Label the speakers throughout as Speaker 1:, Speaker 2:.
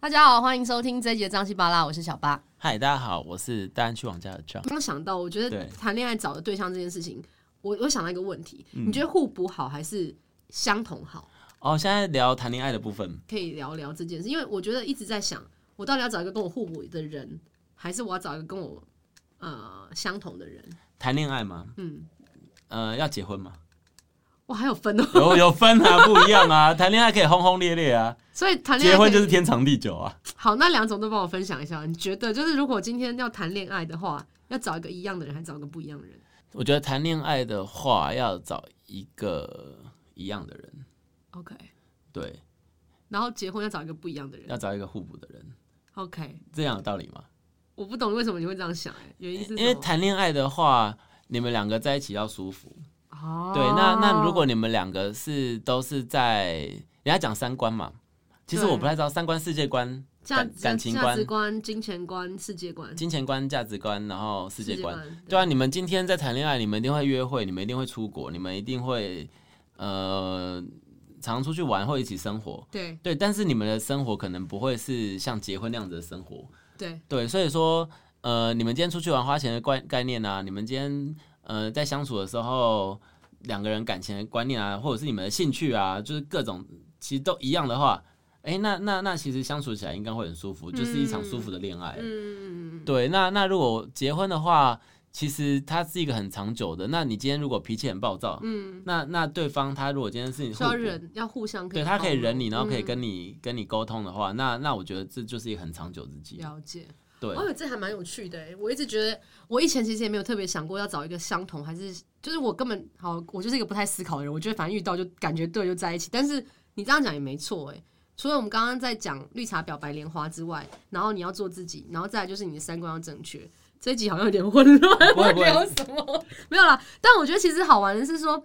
Speaker 1: 大家好，欢迎收听这一集的张西巴拉，我是小八。
Speaker 2: 嗨，大家好，我是大安区王家的张。
Speaker 1: 刚想到，我觉得
Speaker 2: 对
Speaker 1: 谈恋爱找的对象这件事情，我我想到一个问题，
Speaker 2: 嗯
Speaker 1: 你觉得互补好还是相同好？
Speaker 2: 哦，现在聊谈恋爱的部分，
Speaker 1: 可以聊聊这件事，因为我觉得一直在想，我到底要找一个跟我互补的人，还是我要找一个跟我呃相同的人？
Speaker 2: 谈恋爱吗？
Speaker 1: 嗯，
Speaker 2: 呃，要结婚吗？
Speaker 1: 哇，还有分哦，
Speaker 2: 有有分啊，不一样啊。谈恋爱可以轰轰烈烈啊，
Speaker 1: 所以谈恋爱
Speaker 2: 结
Speaker 1: 可以
Speaker 2: 婚就是天长地久啊。
Speaker 1: 好，那两种都帮我分享一下。你觉得就是如果今天要谈恋爱的话，要找一个一样的人，还是找一个不一样的人？
Speaker 2: 我觉得谈恋爱的话，要找一个一样的人，
Speaker 1: OK，
Speaker 2: 对，
Speaker 1: 然后结婚要找一个不一样的人。
Speaker 2: 要找一个互补的人，
Speaker 1: OK，
Speaker 2: 这样有道理吗？
Speaker 1: 我不懂为什么你会这样想、哎，原因是什么
Speaker 2: 因为谈恋爱的话，你们两个在一起要舒服。
Speaker 1: 哦，
Speaker 2: 对，那那如果你们两个是都是在人家讲三观嘛，其实
Speaker 1: 对
Speaker 2: 我不太知道三观、世界观、
Speaker 1: 价
Speaker 2: 感感情
Speaker 1: 价
Speaker 2: 观
Speaker 1: 值、观、金钱观、世界观、
Speaker 2: 金钱观、价值观，然后世界观。
Speaker 1: 观
Speaker 2: 对啊，你们今天在谈恋爱，你们一定会约会，你们一定会出国，你们一定会呃常出去玩或一起生活。
Speaker 1: 对
Speaker 2: 对，但是你们的生活可能不会是像结婚那样子的生活。
Speaker 1: 对
Speaker 2: 对，所以说呃，你们今天出去玩花钱的概概念啊，你们今天呃在相处的时候，两个人感情的观念啊，或者是你们的兴趣啊，就是各种其实都一样的话，哎、那那那其实相处起来应该会很舒服，就是一场舒服的恋爱。
Speaker 1: 嗯，
Speaker 2: 对，那那如果结婚的话，其实它是一个很长久的。那你今天如果脾气很暴躁，嗯，那那对方他如果今天是你
Speaker 1: 需要
Speaker 2: 互补，
Speaker 1: 忍，要互相可以
Speaker 2: 对他可
Speaker 1: 包
Speaker 2: 以
Speaker 1: 容
Speaker 2: 忍你，然后可以
Speaker 1: 嗯
Speaker 2: 跟你、跟你沟通的话，那那我觉得这就是一个很长久之计。
Speaker 1: 了解。
Speaker 2: 对，
Speaker 1: 哦，这还蛮有趣的欸。我一直觉得，我以前其实也没有特别想过要找一个相同，还是就是我根本好，我就是一个不太思考的人。我觉得反正遇到就感觉对就在一起。但是你这样讲也没错哎。除了我们刚刚在讲绿茶婊、白莲花之外，然后你要做自己，然后再来就是你的三观要正确。这一集好像有点混乱，
Speaker 2: 不会
Speaker 1: 我
Speaker 2: 不会
Speaker 1: 聊什么没有啦。但我觉得其实好玩的是说，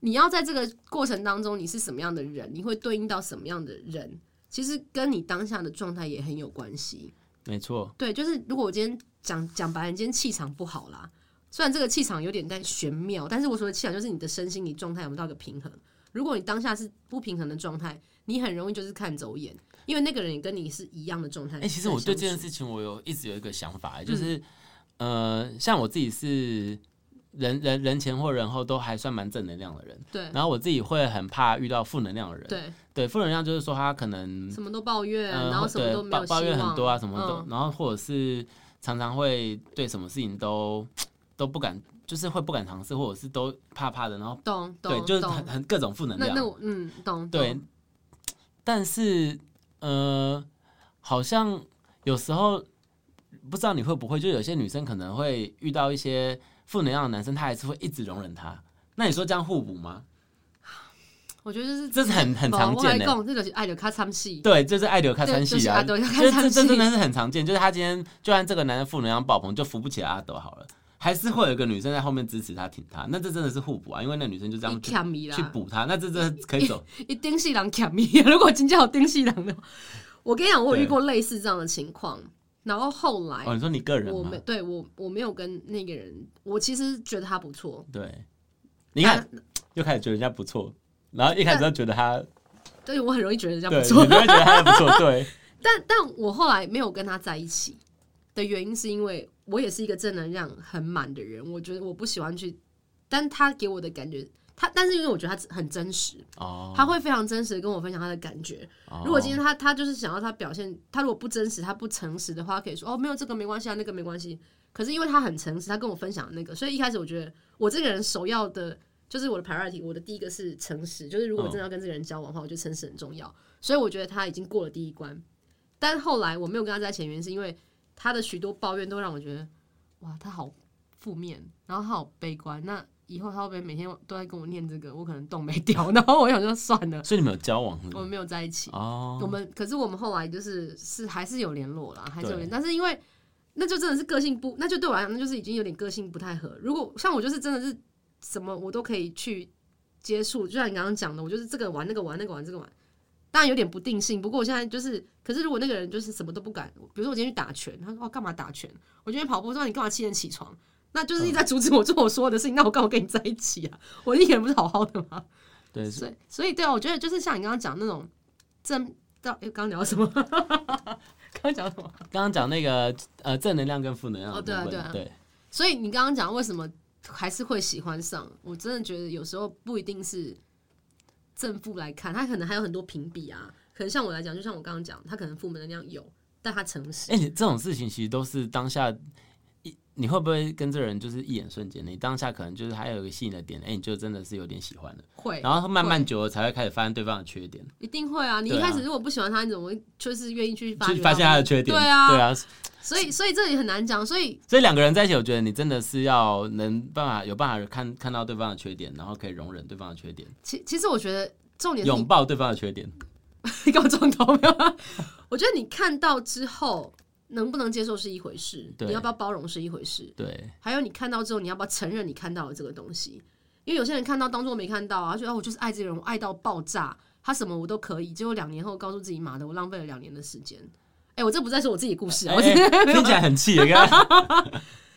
Speaker 1: 你要在这个过程当中，你是什么样的人，你会对应到什么样的人，其实跟你当下的状态也很有关系。
Speaker 2: 没错，
Speaker 1: 对，就是如果我今天讲讲白了，你今天气场不好啦，虽然这个气场有点但玄妙，但是我说的气场就是你的身心理状态有没有到一个平衡。如果你当下是不平衡的状态，你很容易就是看走眼，因为那个人也跟你是一样的状态。
Speaker 2: 哎、其实我对这件
Speaker 1: 相处
Speaker 2: 事情我有一直有一个想法，
Speaker 1: 嗯
Speaker 2: 欸就是、呃，像我自己是人人人前或人后都还算蛮正能量的人，
Speaker 1: 对
Speaker 2: 然后我自己会很怕遇到负能量的人。
Speaker 1: 对，
Speaker 2: 对，负能量就是说他可能
Speaker 1: 什么都抱怨，
Speaker 2: 嗯，
Speaker 1: 然后什么
Speaker 2: 对
Speaker 1: 都没有
Speaker 2: 抱抱怨
Speaker 1: 希望
Speaker 2: 很多啊，什么都，
Speaker 1: 嗯
Speaker 2: 然后或者是常常会对什么事情都都不敢，就是会不敢尝试，或者是都怕怕的，然后
Speaker 1: 懂懂
Speaker 2: 对，就是很
Speaker 1: 懂。
Speaker 2: 很各种负能
Speaker 1: 那那
Speaker 2: 量，
Speaker 1: 我嗯懂
Speaker 2: 对
Speaker 1: 懂。
Speaker 2: 但是呃，好像有时候不知道你会不会，就有些女生可能会遇到一些负能量的男生，她还是会一直容忍他。那你说这样互补吗？
Speaker 1: 我觉得就是
Speaker 2: 这是很很常见的、
Speaker 1: 讲这就是爱的咔嚓戏，
Speaker 2: 对，就是爱留卡三
Speaker 1: 对就
Speaker 2: 系
Speaker 1: 是
Speaker 2: 啊，
Speaker 1: 爱留卡
Speaker 2: 这
Speaker 1: 三
Speaker 2: 这
Speaker 1: 系
Speaker 2: 这真的是很常见。 就是他今天就算这个男的负能量爆棚，就扶不起阿斗好了，还是会有一个女生在后面支持他、挺他。那这真的是互补啊，因为那女生就这
Speaker 1: 一
Speaker 2: 样去
Speaker 1: 卡米啦，
Speaker 2: 去补他，那这真的可以 走。
Speaker 1: 一丁细狼卡咪，如果今天有丁细狼的话，我跟你讲，我有遇过类似这样的情况，然后后来
Speaker 2: 哦，你说你个人
Speaker 1: 哎我
Speaker 2: 吗
Speaker 1: 没？对我我没有跟那个人，我其实觉得他不错，
Speaker 2: 对，你看又开始觉得人家不错，然后一开始就觉 得他，
Speaker 1: 对我很容易觉得人家
Speaker 2: 对，
Speaker 1: 不错，
Speaker 2: 你就会觉得他不错， 对，
Speaker 1: 但但我后来没有跟他在一起的原因是因为我也是一个正能量很满的人，我觉得我不喜欢去，但他给我的感觉，他但是因为我觉得他很真实，
Speaker 2: 哦，
Speaker 1: 他会非常真实的跟我分享他的感觉，
Speaker 2: 哦
Speaker 1: 如果今天他他就是想要他表现，他如果不真实，他不诚实的话，可以说哦没有这个没关系啊，那个没关系。可是因为他很诚实，他跟我分享那个，所以一开始我觉得我这个人首要的就是我的 priority，我的第一个是诚实，就是如果真的要跟这个人交往的话，我觉得诚实很重要。所以我觉得他已经过了第一关，但后来我没有跟他在一起，原因是因为他的许多抱怨都让我觉得哇，他好负面，然后他好悲观。那以后他会不会每天都在跟我念这个？我可能动没掉， 然后我想说算了，
Speaker 2: 所以你们有交往是
Speaker 1: 我
Speaker 2: 吗
Speaker 1: 们没有在一起。我
Speaker 2: 哦，
Speaker 1: 们可是我们后来就是是还是有联络啦，还是有
Speaker 2: 对
Speaker 1: 联，但是因为那就真的是个性不，那就对我来讲，那就是已经有点个性不太合。如果像我就是真的是什么我都可以去接触，就像你刚刚讲的，我就是这个玩那个玩那个玩这个玩，当然有点不定性。不过我现在就是，可是如果那个人就是什么都不敢，比如说我今天去打拳，他说哦干嘛打拳？我今天跑步，说你干嘛七点起床？那就是一直在阻止我做我所有的事情，那我干嘛跟你在一起啊？我一个人不是好好的吗？
Speaker 2: 对，
Speaker 1: 所以，所以对啊，我觉得就是像你刚刚讲那种正到诶刚刚聊什么？ 刚刚讲什么？
Speaker 2: 刚刚讲那个呃正能量跟负能量的
Speaker 1: 哦对啊
Speaker 2: 部分
Speaker 1: 对啊
Speaker 2: 对
Speaker 1: 所以你刚刚讲为什么还是会喜欢上？我真的觉得有时候不一定是正负来看，它可能还有很多评比啊。可能像我来讲，就像我刚刚讲，它可能负能量有，但它诚实。
Speaker 2: 哎、你这种事情其实都是当下一，你会不会跟这个人就是一眼瞬间？你当下可能就是还有一个吸引的点，哎、你就真的是有点喜欢了，
Speaker 1: 会
Speaker 2: 然后慢慢久了才会开始发现对方的缺点，
Speaker 1: 一定会啊！你一
Speaker 2: 对啊
Speaker 1: 开始如果不喜欢他，你怎么会就是愿意去发
Speaker 2: 就
Speaker 1: 掘
Speaker 2: 发现他的
Speaker 1: 它
Speaker 2: 缺点，
Speaker 1: 对啊
Speaker 2: 对啊，
Speaker 1: 所以，所以这也很难讲。所以，
Speaker 2: 所以两个人在一起，我觉得你真的是要能办法有办法看看到对方的缺点，然后可以容忍对方的缺点，
Speaker 1: 其其实我觉得重点是
Speaker 2: 拥
Speaker 1: 你
Speaker 2: 抱对方的缺点。
Speaker 1: 你给我撞头没有啊？ 我觉得你看到之后能不能接受是一回事，
Speaker 2: 对
Speaker 1: 你要不要包容是一回事。
Speaker 2: 对，
Speaker 1: 还有你看到之后，你要不要承认你看到了这个东西？因为有些人看到当做没看到啊，他觉得、哦、我就是爱这个人，我爱到爆炸，他什么我都可以。结果两年后告诉自己，妈的，我浪费了两年的时间。哎、我这不在说我自己的故事啊，我
Speaker 2: 哎
Speaker 1: 是
Speaker 2: 哎听起来很气，你看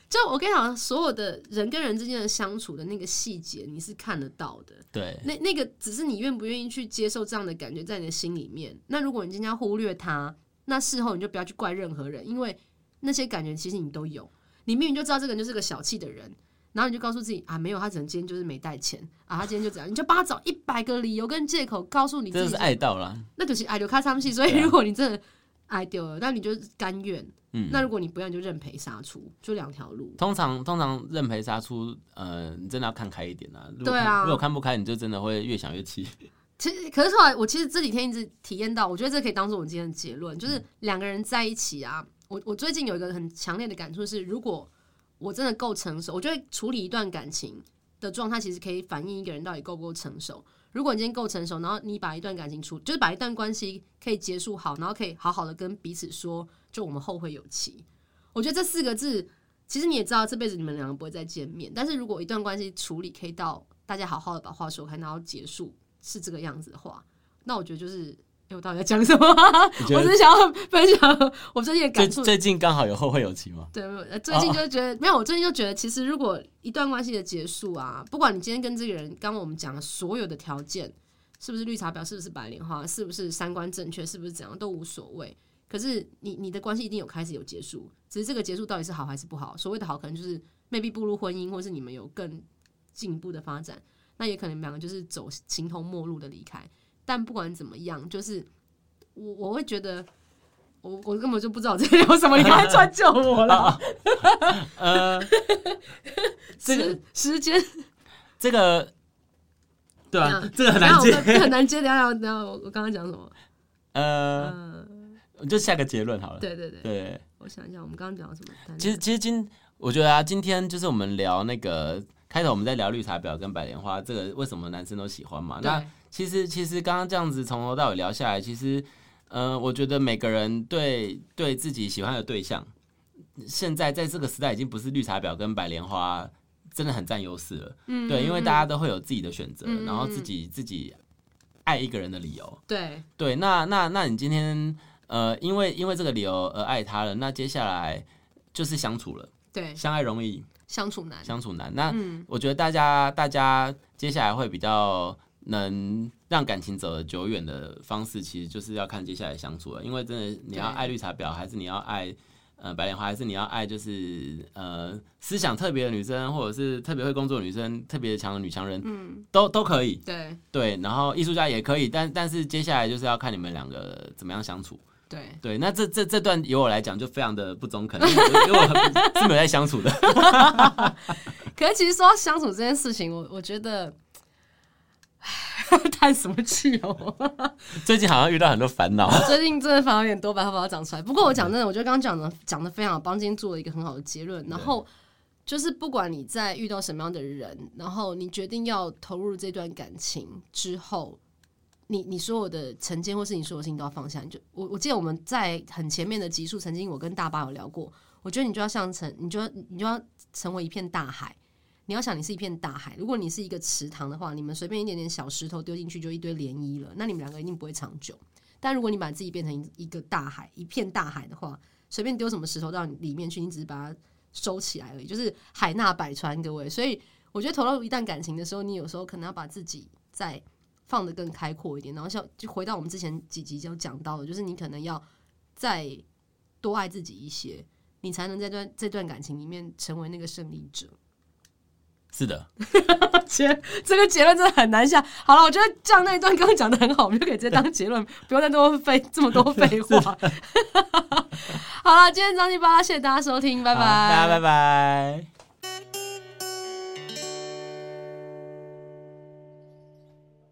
Speaker 1: 就我跟你讲，所有的人跟人之间的相处的那个细节，你是看得到的。
Speaker 2: 对
Speaker 1: 那那个只是你愿不愿意去接受这样的感觉在你的心里面。那如果你今天要忽略它，那事后你就不要去怪任何人，因为那些感觉其实你都有。你明明就知道这个人就是个小气的人，然后你就告诉自己啊，没有，他只能今天就是没带钱啊，他今天就这样，你就帮他找一百个理由跟借口，告诉你
Speaker 2: 真
Speaker 1: 自
Speaker 2: 的是
Speaker 1: 己，
Speaker 2: 爱到了，
Speaker 1: 那就是爱丢卡上戏。所
Speaker 2: 对
Speaker 1: 以
Speaker 2: 啊
Speaker 1: 如果你真的爱丢了，那你就是甘愿。
Speaker 2: 嗯。
Speaker 1: 那如果你不要，你就认赔杀出，就两条路。
Speaker 2: 通常通常认赔杀出，呃，你真的要看开一点啊。如果
Speaker 1: 对
Speaker 2: 看
Speaker 1: 啊
Speaker 2: 如果看不开，你就真的会越想越气。
Speaker 1: 其实，可是后来我其实这几天一直体验到，我觉得这可以当做我今天的结论，就是两个人在一起啊，我我最近有一个很强烈的感触是，如果我真的够成熟，我觉得处理一段感情的状态，其实可以反映一个人到底够不够成熟。如果你今天够成熟，然后你把一段感情处，就是把一段关系可以结束好，然后可以好好的跟彼此说，就我们后会有期。我觉得这四个字，其实你也知道，这辈子你们两个不会再见面。但是如果一段关系处理可以到大家好好的把话说开，然后结束是这个样子的话，那我觉得就是，哎、我到底在讲什么？
Speaker 2: 你觉
Speaker 1: 我只
Speaker 2: 得
Speaker 1: 是想要分享我最近的
Speaker 2: 最
Speaker 1: 感触。
Speaker 2: 最近刚好有后会有期 吗？
Speaker 1: 对，没有呃最近就觉得、没有，我最近就觉得，其实如果一段关系的结束啊，不管你今天跟这个人，刚刚我们讲的所有的条件，是不是绿茶婊，是不是白莲花，是不是三观正确，是不是怎样都无所谓。可是你你的关系一定有开始有结束，只是这个结束到底是好还是不好？所谓的好，可能就是 maybe 步入婚姻，或是你们有更进一步的发展，那也可能你们两个就是走形同陌路的离开。但不管怎么样，就是我我会觉得。我我根本就不知道我在聊什么，你刚才突然救我
Speaker 2: 啊
Speaker 1: 了。
Speaker 2: 呃，这个
Speaker 1: 时时间
Speaker 2: 这个，
Speaker 1: 怎
Speaker 2: 对啊
Speaker 1: 样，
Speaker 2: 这 个很难接
Speaker 1: 等。一下我很难接。等一下，等一下，我我刚刚讲什么？
Speaker 2: 呃，
Speaker 1: 嗯，
Speaker 2: 我就下个结论好了。
Speaker 1: 对对对，
Speaker 2: 对，
Speaker 1: 我想一下，我们刚刚讲了什么？
Speaker 2: 其实其实今我觉得啊，今天就是我们聊那个开头我们在聊绿茶婊跟白莲花，这个为什么男生都喜欢嘛？那
Speaker 1: 对
Speaker 2: 其实其实刚刚这样子从头到尾聊下来，其实，呃，我觉得每个人对对自己喜欢的对象，现在在这个时代已经不是绿茶婊跟白莲花真的很占优势了，
Speaker 1: 嗯
Speaker 2: 对，因为大
Speaker 1: 家
Speaker 2: 家都会有自己的选择，
Speaker 1: 嗯嗯嗯
Speaker 2: 然后自己自己爱一个人的理由，
Speaker 1: 对
Speaker 2: 对，那那那你今天呃，因为因为这个理由而爱他了，那接下来就是相处了，
Speaker 1: 对
Speaker 2: 相爱容易，
Speaker 1: 相处难，
Speaker 2: 相处难，那
Speaker 1: 嗯，
Speaker 2: 我觉得大家大家接下来会比较能让感情走得久远的方式，其实就是要看接下来相处了。因为真的，你要
Speaker 1: 对
Speaker 2: 爱绿茶婊，还是你要爱呃白莲花，还是你要爱就是呃思想特别的女生，或者是特别会工作的女生，特别强的女强人，嗯，都都可以。
Speaker 1: 对
Speaker 2: 对，然后艺术家也可以，但但是接下来就是要看你们两个怎么样相处。
Speaker 1: 对，
Speaker 2: 对，那这这这段由我来讲就非常的不中肯，因为我因为我很是没有在相处的。
Speaker 1: 可是其实说到相处这件事情，我我觉得。 叹什么气哦！
Speaker 2: 最近好像遇到很多烦恼。
Speaker 1: 最近真的反而有点多白头发长出来。不过我讲真的，我觉得刚刚讲的讲的非常好，帮今天做了一个很好的结论。然后就是不管你在遇到什么样的人，然后你决定要投入这段感情之后，你你所有的成见或是你所有事情都要放下。你就我我记得我们在很前面的集数，曾经我跟大巴有聊过，我觉得你就要像成，你就要你就要成为一片大海。你要想，你是一片大海。如果你是一个池塘的话，你们随便一点点小石头丢进去，就一堆涟漪了。那你们两个一定不会长久。但如果你把自己变成一一个大海，一片大海的话，随便丢什么石头到你里面去，你只是把它收起来而已，就是海纳百川，各位。所以我觉得投入一段感情的时候，你有时候可能要把自己再放得更开阔一点。然后像就回到我们之前几集就讲到的，就是你可能要再多爱自己一些，你才能在段这段感情里面成为那个胜利者。
Speaker 2: 是的，
Speaker 1: 结这个结论真的很难下。好了，我觉得这样那一段刚刚讲的很好，我们就可以直接当结论，不用再多费这么多废 话。好了，今天张七八，谢谢大家收听，拜拜，
Speaker 2: 好大家拜拜。